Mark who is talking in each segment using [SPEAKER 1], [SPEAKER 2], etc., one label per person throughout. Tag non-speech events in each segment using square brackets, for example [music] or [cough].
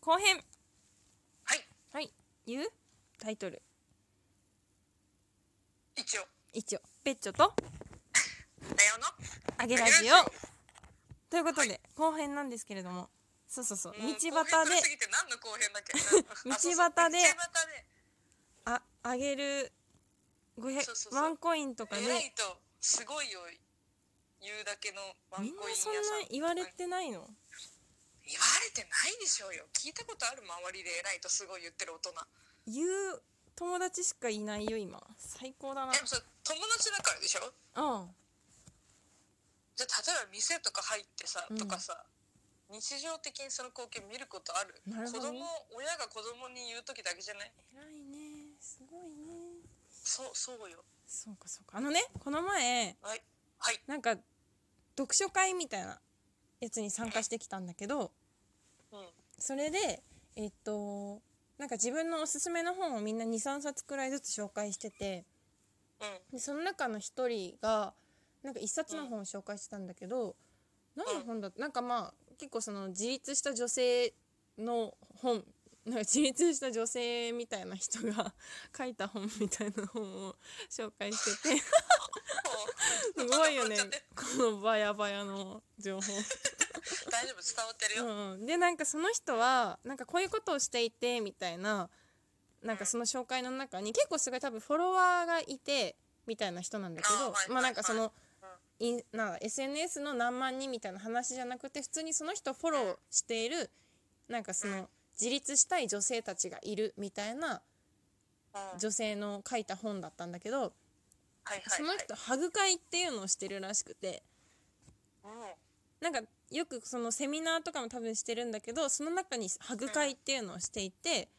[SPEAKER 1] 後編
[SPEAKER 2] はい
[SPEAKER 1] はい言うタイトル
[SPEAKER 2] 一応
[SPEAKER 1] 一応ペッチョと
[SPEAKER 2] だよの
[SPEAKER 1] あげラジオということで後編なんですけれどもそうそうそう道
[SPEAKER 2] もう
[SPEAKER 1] 端で
[SPEAKER 2] 後編通り過ぎて何の後編だっけあそうそう
[SPEAKER 1] [laughs] 道端で
[SPEAKER 2] 道端で
[SPEAKER 1] ああげる
[SPEAKER 2] そう
[SPEAKER 1] 500
[SPEAKER 2] そうそう
[SPEAKER 1] ワンコインとか
[SPEAKER 2] 偉
[SPEAKER 1] ね
[SPEAKER 2] いとすごいよ言うだけのワ
[SPEAKER 1] み
[SPEAKER 2] ン
[SPEAKER 1] んな
[SPEAKER 2] コイン屋
[SPEAKER 1] そ
[SPEAKER 2] さ
[SPEAKER 1] んなん言われてないの
[SPEAKER 2] 言われてないでしょうよ聞いたことある周りで偉いとすごい言ってる大人
[SPEAKER 1] 言う友達しかいないよ今最高だな
[SPEAKER 2] でもそれ友達だからでし
[SPEAKER 1] う
[SPEAKER 2] ょ
[SPEAKER 1] ん
[SPEAKER 2] じゃあ例えば店とか入ってさ、
[SPEAKER 1] うん
[SPEAKER 2] とかさ日常的にその光景見ることある
[SPEAKER 1] なるほ
[SPEAKER 2] 子
[SPEAKER 1] ど
[SPEAKER 2] 供
[SPEAKER 1] ね
[SPEAKER 2] 親が子供に言う時だけじゃない
[SPEAKER 1] 偉いねすごいね
[SPEAKER 2] そうそうよ
[SPEAKER 1] そうかそうかあのねこの前
[SPEAKER 2] はいはい
[SPEAKER 1] なんか読書会みたいなやつに参加してきたんだけど
[SPEAKER 2] うんうん
[SPEAKER 1] それでえっとなんか自分のおすすめの本をみんな23冊くらいずつ紹介しててでその中の一人がなんか一冊の本を紹介してたんだけど、何の本だなんかまあ結構その自立した女性の本なんか自立した女性みたいな人が [laughs] 書いた本みたいな本を紹介しててすごいよねこのバヤバヤの情報。
[SPEAKER 2] [laughs] 大丈夫伝わってるよ、
[SPEAKER 1] うんうん、でなんかその人はなんかこういうことをしていてみたいななんかその紹介の中に結構すごい多分フォロワーがいてみたいな人なんだけ
[SPEAKER 2] あー
[SPEAKER 1] ど
[SPEAKER 2] はい
[SPEAKER 1] まあなんかその
[SPEAKER 2] はい
[SPEAKER 1] インな SNS の何万人みたいな話じゃなくて普通にその人をフォローしているなんかその自立したい女性たちがいるみたいな
[SPEAKER 2] うん
[SPEAKER 1] 女性の書いた本だったんだけど
[SPEAKER 2] はいはい
[SPEAKER 1] その人ハグ会っていうのをしてるらしくて。
[SPEAKER 2] はい
[SPEAKER 1] なんかよくそのセミナーとかも多分してるんだけどその中にハグ会っていうのをしていて、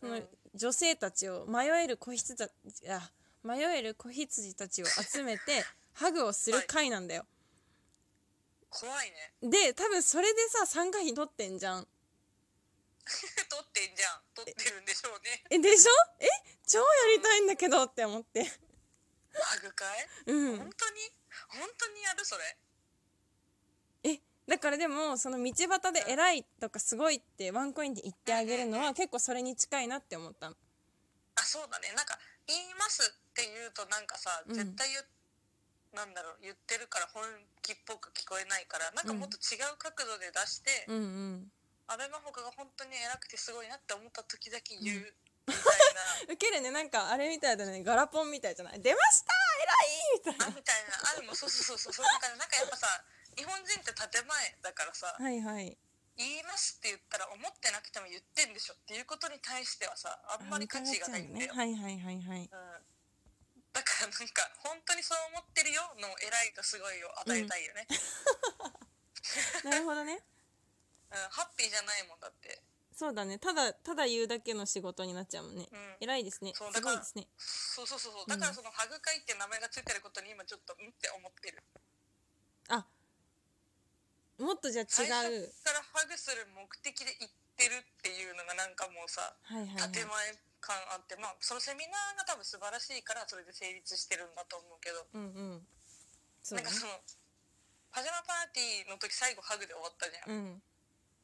[SPEAKER 2] う
[SPEAKER 1] そ
[SPEAKER 2] ん
[SPEAKER 1] の
[SPEAKER 2] うん
[SPEAKER 1] 女性たちを迷える子羊たあ迷える子羊たちを集 [laughs] めてハグをする会なんだよ。
[SPEAKER 2] 怖いね [laughs]
[SPEAKER 1] で多分それでさ参加費取ってんじゃん。
[SPEAKER 2] 撮ってんじゃん撮ってるんでしょうね
[SPEAKER 1] えでしょえ超やりたいんだけどって思って。
[SPEAKER 2] ハグ会
[SPEAKER 1] う
[SPEAKER 2] 本当
[SPEAKER 1] ん
[SPEAKER 2] に、本当にやるそれ
[SPEAKER 1] えだからでもその道端で偉いとかすごいってワンコインで言ってあげるのは結構それに近いなって思ったの。
[SPEAKER 2] あそうだねなんか「言います」って言うとなんかさ
[SPEAKER 1] うん
[SPEAKER 2] 絶対言,、なんだろう言ってるから本気っぽく聞こえないからなんかもっと違う角度で出して、
[SPEAKER 1] うんうん。
[SPEAKER 2] 安倍真帆が本当に偉くてすごいなって思った時だけ言う、
[SPEAKER 1] うん
[SPEAKER 2] みたい
[SPEAKER 1] ウケるねなんかあれみたいだねガラポンみたいじゃない出ました偉いみた
[SPEAKER 2] なあみたいなあでもそうそうそうそうそうなんかねなんかやっぱさ日本人って建前だからさ「
[SPEAKER 1] いなはいはい
[SPEAKER 2] 言います」って言ったら思ってなくても言ってんでしょっていうことに対してはさあんまり価値がないんだよ。
[SPEAKER 1] はいはいはいはい
[SPEAKER 2] うんだからなんか本当にそう思ってるよの偉いとすごいを与えたいよね、うん
[SPEAKER 1] なるほどね
[SPEAKER 2] ハッピーじゃないもんだって
[SPEAKER 1] そうだねただただ言うだけの仕事になっちゃうもんね、
[SPEAKER 2] うん
[SPEAKER 1] 偉いですねす
[SPEAKER 2] そうだ
[SPEAKER 1] ご
[SPEAKER 2] から
[SPEAKER 1] いですね
[SPEAKER 2] そうそうそうそう
[SPEAKER 1] うん
[SPEAKER 2] だからそのハグ会って名前がついてることに今ちょっとうんって思ってる
[SPEAKER 1] あもっとじゃあ
[SPEAKER 2] 最初
[SPEAKER 1] 違う
[SPEAKER 2] からハグする目的で行ってるっていうのがなんかもうさ
[SPEAKER 1] はいはい、はい、
[SPEAKER 2] 建前感あってまあそのセミナーが多分素晴らしいからそれで成立してるんだと思うけど
[SPEAKER 1] うんうんそう
[SPEAKER 2] なん
[SPEAKER 1] だね
[SPEAKER 2] かそのパジャマパーティーの時最後ハグで終わったじゃん
[SPEAKER 1] うん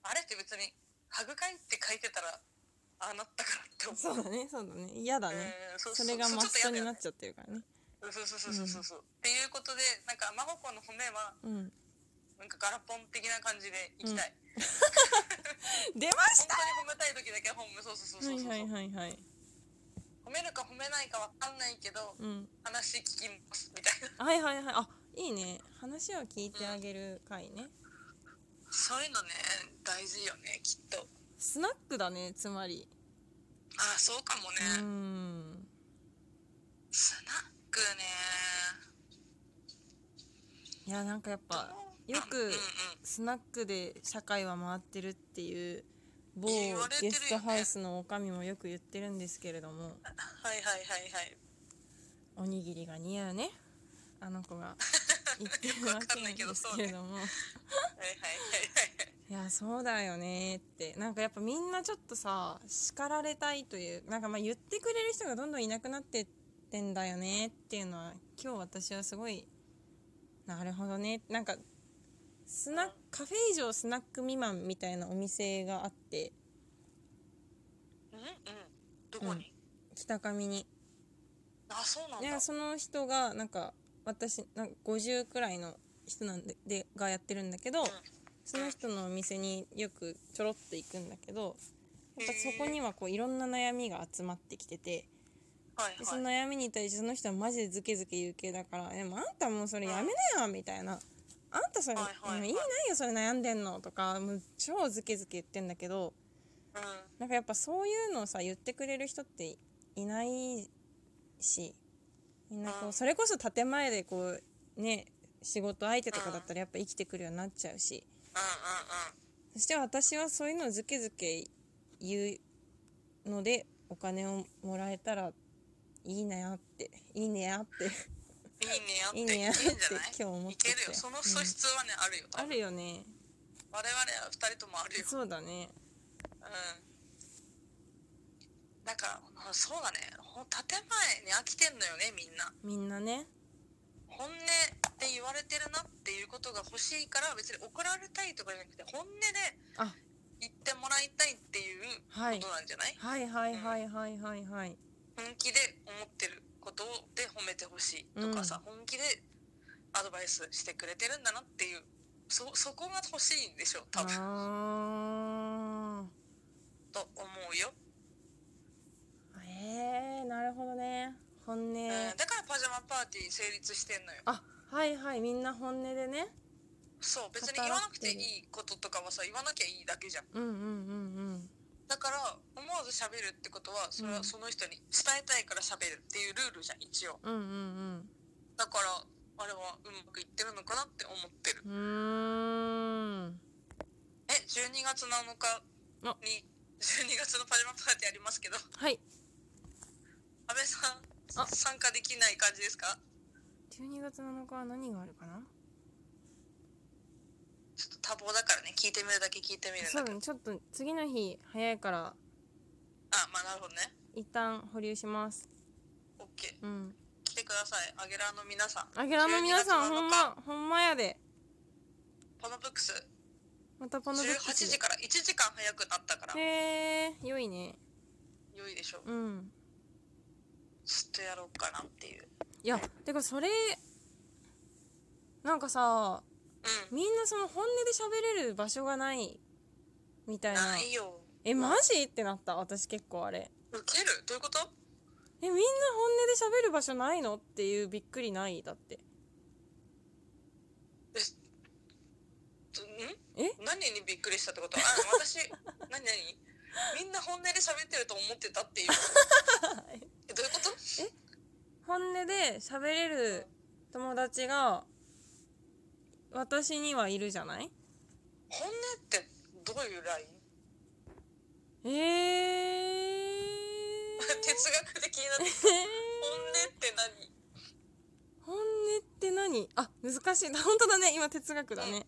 [SPEAKER 2] あれって別に「ハグ会」って書いてたらああなったからって思う
[SPEAKER 1] そうだねそうだね嫌だね、
[SPEAKER 2] うんそ
[SPEAKER 1] それが
[SPEAKER 2] そう
[SPEAKER 1] マス
[SPEAKER 2] ちょ
[SPEAKER 1] ト
[SPEAKER 2] っと
[SPEAKER 1] に
[SPEAKER 2] 嫌
[SPEAKER 1] な
[SPEAKER 2] だよ
[SPEAKER 1] っ
[SPEAKER 2] ね
[SPEAKER 1] ちゃってるからね
[SPEAKER 2] そうそうそうそうそうそう、っていうことでなんか真帆子の骨は
[SPEAKER 1] うん
[SPEAKER 2] なんかガラポン的な感じでいきたい、
[SPEAKER 1] 出まし
[SPEAKER 2] 本当に褒めたい時だけ褒めそうそうそう
[SPEAKER 1] た
[SPEAKER 2] そ
[SPEAKER 1] は
[SPEAKER 2] う
[SPEAKER 1] い
[SPEAKER 2] そう、
[SPEAKER 1] はいはいはい
[SPEAKER 2] 褒めるか褒めないかわかんないけど
[SPEAKER 1] うん
[SPEAKER 2] 話聞きますみたいな
[SPEAKER 1] はいはいはいあいいね話を聞いてあげる会ね、
[SPEAKER 2] そういうのね大事よねきっと
[SPEAKER 1] スナックだねつまり
[SPEAKER 2] ああそうかもね
[SPEAKER 1] う、ーん
[SPEAKER 2] スナックね
[SPEAKER 1] いやなんかやっぱよ
[SPEAKER 2] うんう
[SPEAKER 1] く
[SPEAKER 2] ん
[SPEAKER 1] スナックで社会は回ってるっていう某
[SPEAKER 2] 言われてる
[SPEAKER 1] ゲ
[SPEAKER 2] よね
[SPEAKER 1] ストハウスのおかみもよく言ってるんですけれども
[SPEAKER 2] はいはいはいはい
[SPEAKER 1] おにぎりが似合うねあの子が言ってるわけなんですけれ
[SPEAKER 2] [laughs]
[SPEAKER 1] ども
[SPEAKER 2] はいはいはいはい
[SPEAKER 1] いやそうだよねってなんかやっぱみんなちょっとさ叱られたいというなんかまあ言ってくれる人がどんどんいなくなってってんだよねっていうのは今日私はすごいなるほどねなんかスナックカフェ以上スナック未満みたいなお店があって
[SPEAKER 2] うんどこに、
[SPEAKER 1] 北上に
[SPEAKER 2] あそうなん
[SPEAKER 1] い
[SPEAKER 2] だ
[SPEAKER 1] やその人がなんか私なんか50くらいの人なんででがやってるんだけど、
[SPEAKER 2] うん
[SPEAKER 1] その人のお店によくちょろっと行くんだけどやっぱ
[SPEAKER 2] へー
[SPEAKER 1] そこにはこういろんな悩みが集まってきてて
[SPEAKER 2] はい
[SPEAKER 1] でそ
[SPEAKER 2] はい
[SPEAKER 1] の悩みに対してその人はマジでズケズケ言う系だから「でもあんたもうそれやめなよ」みたいな「あんたそれ、
[SPEAKER 2] はいはいはい
[SPEAKER 1] もう意味ないよそれ悩んでんの」とかもう超ズケズケ言ってんだけど
[SPEAKER 2] うん
[SPEAKER 1] なんかやっぱそういうのをさ言ってくれる人っていないしみんなこ
[SPEAKER 2] う
[SPEAKER 1] うんそれこそ建前でこうね仕事相手とかだったらやっぱ生きてくるようになっちゃうしそして私はそういうのをずけずけ言うのでお金をもらえたらいいなやっていいね
[SPEAKER 2] [laughs]
[SPEAKER 1] やって
[SPEAKER 2] うんうんいいねやって
[SPEAKER 1] い
[SPEAKER 2] い
[SPEAKER 1] いねやって
[SPEAKER 2] けんじゃない
[SPEAKER 1] 今日思っ
[SPEAKER 2] い
[SPEAKER 1] て
[SPEAKER 2] け
[SPEAKER 1] て
[SPEAKER 2] るよその素質はね、あるよ
[SPEAKER 1] あるよね
[SPEAKER 2] 我々は二人ともあるよ
[SPEAKER 1] そうだね
[SPEAKER 2] うんだからうんそうだねほん建前に飽きてんのよねみんな
[SPEAKER 1] みんなね
[SPEAKER 2] 本音って言われてるなっていうことが欲しいから別に怒られたいとかじゃなくて本音で
[SPEAKER 1] あ
[SPEAKER 2] 言ってもらいたいっていう
[SPEAKER 1] はい
[SPEAKER 2] ことなんじゃない、
[SPEAKER 1] はいはいはいはいはいはい
[SPEAKER 2] 本気で思ってることで褒めてほしいとかさ、本気でアドバイスしてくれてるんだなっていうそそこが欲しいんでしょう多分
[SPEAKER 1] あ
[SPEAKER 2] と思うよ、
[SPEAKER 1] ーえー、なるほどね本音
[SPEAKER 2] うん、だからパジャマパーティー成立してんのよ
[SPEAKER 1] あはいはいみんな本音でね
[SPEAKER 2] そう別に言わなくていいこととかはさ言わなきゃいいだけじゃん
[SPEAKER 1] うんうんうん
[SPEAKER 2] だから思わず喋るってことはそれ
[SPEAKER 1] うん
[SPEAKER 2] はその人に伝えたいから喋るっていうルールじゃん一応
[SPEAKER 1] うんうんうん
[SPEAKER 2] だからあれはうまくいってるのかなって思ってる
[SPEAKER 1] うんうーん
[SPEAKER 2] え12月7
[SPEAKER 1] あ
[SPEAKER 2] 日に12月のパジャマパーティーありますけど
[SPEAKER 1] はい
[SPEAKER 2] 安倍さん
[SPEAKER 1] あ
[SPEAKER 2] 参加できない感じですか
[SPEAKER 1] 12月7日は何があるかな
[SPEAKER 2] ちょっと多忙だからね聞いてみるだけ聞いてみるん
[SPEAKER 1] そ
[SPEAKER 2] だ
[SPEAKER 1] うだねちょっと次の日早いから
[SPEAKER 2] あまあなるほどね
[SPEAKER 1] 一旦保留します
[SPEAKER 2] OK
[SPEAKER 1] うん
[SPEAKER 2] 来てくださいアゲラーの皆さん
[SPEAKER 1] あげらの皆さんほん
[SPEAKER 2] 12月7
[SPEAKER 1] まほんまやで
[SPEAKER 2] 日ポノブックス
[SPEAKER 1] またこの時
[SPEAKER 2] 18時から1時間早くなったから
[SPEAKER 1] へえー、良いね
[SPEAKER 2] 良いでしょう
[SPEAKER 1] うん
[SPEAKER 2] ちょっとやろうかなっていう
[SPEAKER 1] いやてかそれなんかさ
[SPEAKER 2] うん
[SPEAKER 1] みんなその本音で喋れる場所がないみたいな
[SPEAKER 2] ないよ
[SPEAKER 1] えマジってなった私結構あれ
[SPEAKER 2] ウケるどういうこと
[SPEAKER 1] えみんな本音で喋る場所ないのっていうびっくりないだって
[SPEAKER 2] えとん
[SPEAKER 1] え
[SPEAKER 2] 何にびっくりしたってことあ
[SPEAKER 1] [laughs]
[SPEAKER 2] 私何何みんな本音で喋ってると思ってたっていうえどういうこと
[SPEAKER 1] 本音で喋れる友達が私にはいるじゃない
[SPEAKER 2] 本音ってどういうライン
[SPEAKER 1] え [laughs] ー、
[SPEAKER 2] 哲学的になって本音って何
[SPEAKER 1] 本音って何あ難しい本当だね今哲学だね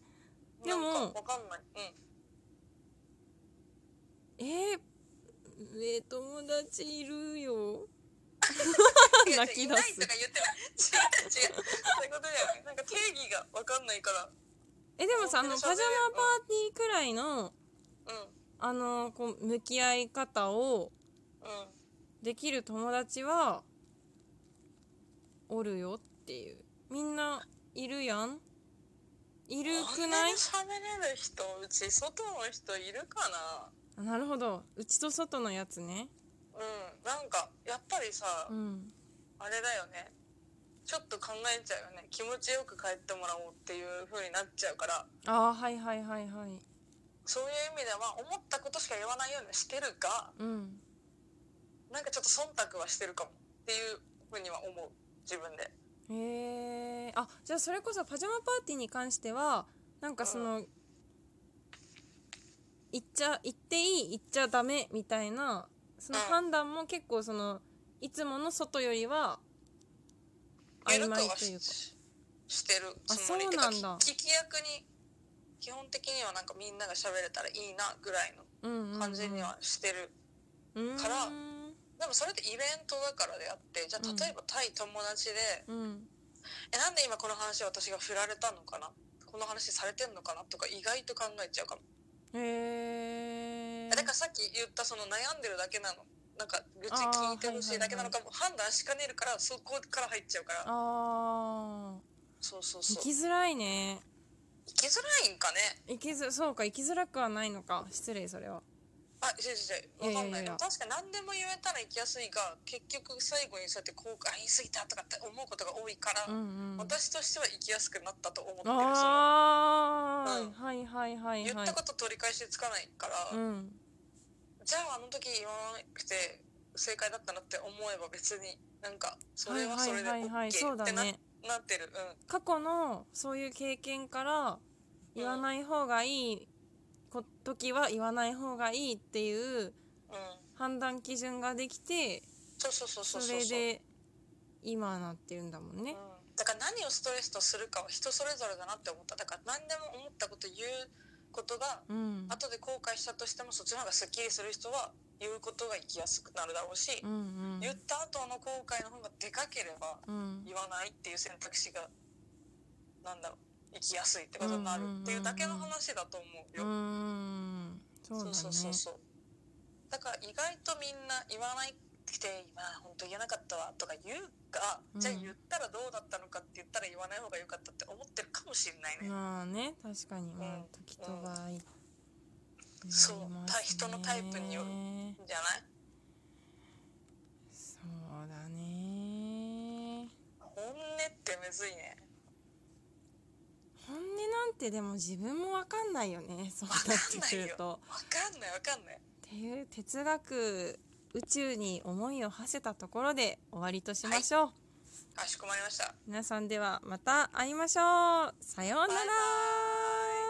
[SPEAKER 1] でも
[SPEAKER 2] なんかわかんないうん
[SPEAKER 1] えー、え友達いるよ
[SPEAKER 2] いや
[SPEAKER 1] 泣き出す
[SPEAKER 2] いないとか言ってない違う違うそういうことだよねなんか定義がわかんないから
[SPEAKER 1] えでもさあのパ
[SPEAKER 2] 本
[SPEAKER 1] ジ
[SPEAKER 2] 音
[SPEAKER 1] ャ
[SPEAKER 2] で
[SPEAKER 1] マ
[SPEAKER 2] 喋
[SPEAKER 1] パ
[SPEAKER 2] れ
[SPEAKER 1] ーティーくらいの
[SPEAKER 2] う
[SPEAKER 1] あのこう向き合い方を
[SPEAKER 2] んうん
[SPEAKER 1] できる友達はおるよっていうみんないるやんいるくない
[SPEAKER 2] こんなに喋れる人うち外の人いるかな
[SPEAKER 1] あなるほどうちと外のやつね
[SPEAKER 2] うんなんかやっぱりさ、
[SPEAKER 1] うん
[SPEAKER 2] あれだよねちょっと考えちゃうよね気持ちよく帰ってもらおうっていう風になっちゃうから
[SPEAKER 1] あーはいはいはいはい
[SPEAKER 2] そういう意味では思ったことしか言わないようにしてるが
[SPEAKER 1] うん
[SPEAKER 2] なんかちょっと忖度はしてるかもっていう風には思う自分で
[SPEAKER 1] へえあじゃあそれこそパジャマパーティーに関してはなんかその行っちゃ行っていい行っちゃダメみたいなその
[SPEAKER 2] うん
[SPEAKER 1] 判断も結構そのいつもの外よりは曖
[SPEAKER 2] やると
[SPEAKER 1] 昧
[SPEAKER 2] は
[SPEAKER 1] と
[SPEAKER 2] し
[SPEAKER 1] いうか
[SPEAKER 2] してる
[SPEAKER 1] あ
[SPEAKER 2] つもり
[SPEAKER 1] そうなんだ
[SPEAKER 2] てか聞き役に基本的にはなんかみんなが喋れたらいいなぐらいの
[SPEAKER 1] うんうんうん
[SPEAKER 2] 感じにはしてる、
[SPEAKER 1] うん
[SPEAKER 2] からでもそれってイベントだからであってじゃあ
[SPEAKER 1] うん
[SPEAKER 2] 例えば対友達で、
[SPEAKER 1] うん
[SPEAKER 2] えなんで今この話を私が振られたのかなこの話されてんのかなとか意外と考えちゃうかも
[SPEAKER 1] へえ
[SPEAKER 2] だかなんかさっき言ったその悩んでるだけなのなんか愚痴聞いてほしいだけなのかも判断しかねるからそこから入っちゃうから
[SPEAKER 1] あ
[SPEAKER 2] そうそう
[SPEAKER 1] ー
[SPEAKER 2] そ
[SPEAKER 1] 生
[SPEAKER 2] う
[SPEAKER 1] きづらいね
[SPEAKER 2] 生きづらいんかね
[SPEAKER 1] 生きづそうか生きづらくはないのか失礼それは
[SPEAKER 2] あ違う違う違うわかんない
[SPEAKER 1] いやいやいや
[SPEAKER 2] でも確かに何でも言えたら生きやすいが結局最後にそうやって後悔言い過ぎたとかって思うことが多いから、
[SPEAKER 1] うんうん
[SPEAKER 2] 私としては生きやすくなったと思ってるその
[SPEAKER 1] あー、
[SPEAKER 2] うん
[SPEAKER 1] はいはいはい
[SPEAKER 2] 言
[SPEAKER 1] は
[SPEAKER 2] っ
[SPEAKER 1] い
[SPEAKER 2] たこと取り返しつかないから、
[SPEAKER 1] うん
[SPEAKER 2] じゃああの時言わなくて正解だったなって思えば別になんかそ
[SPEAKER 1] は
[SPEAKER 2] れ
[SPEAKER 1] い
[SPEAKER 2] は
[SPEAKER 1] は
[SPEAKER 2] それ
[SPEAKER 1] い
[SPEAKER 2] で
[SPEAKER 1] はいはいそ
[SPEAKER 2] OK
[SPEAKER 1] う
[SPEAKER 2] っ
[SPEAKER 1] だ
[SPEAKER 2] てな,、
[SPEAKER 1] ね
[SPEAKER 2] なってるうん
[SPEAKER 1] 過去のそういう経験から言わない方がいいこ時は言わない方がいいっていう
[SPEAKER 2] うん
[SPEAKER 1] 判断基準ができて
[SPEAKER 2] そうそうそうそ
[SPEAKER 1] そう
[SPEAKER 2] そう
[SPEAKER 1] れで今なってるんだもんね
[SPEAKER 2] うん、だから何をストレスとするかは人それぞれだなって思っただから何でも思ったこと言うことが
[SPEAKER 1] うん
[SPEAKER 2] 後で後悔したとしてもそっちの方がすっきりする人は言うことが生きやすくなるだろうし、
[SPEAKER 1] うんうん
[SPEAKER 2] 言った後の後悔の方がでかければ
[SPEAKER 1] うん
[SPEAKER 2] 言わないっていう選択肢がなんだろう生きやすいってことになるっていうだけの話だと思う
[SPEAKER 1] う
[SPEAKER 2] よ。
[SPEAKER 1] んそうだね
[SPEAKER 2] そうそうそうだから意外とみんな言わないって今本当言えなかったわとか言うか、
[SPEAKER 1] うん
[SPEAKER 2] じゃあ言ったらどうだったのかって言ったら言わない方が良かったって思ってるかもしれないね。
[SPEAKER 1] まあね確かにまあ
[SPEAKER 2] うん
[SPEAKER 1] 時と場合になりますね
[SPEAKER 2] そうた人のタイプによるじゃない
[SPEAKER 1] そうだね
[SPEAKER 2] 本音ってむずいね。
[SPEAKER 1] 本音なんてでも自分も分かんないよねそうなってくると。
[SPEAKER 2] わかんないわかんない。
[SPEAKER 1] っていう哲学宇宙に思いを馳せたところで終わりとしましょう、
[SPEAKER 2] かしこまりました。
[SPEAKER 1] 皆さんではまた会いましょうさようなら
[SPEAKER 2] バイバイ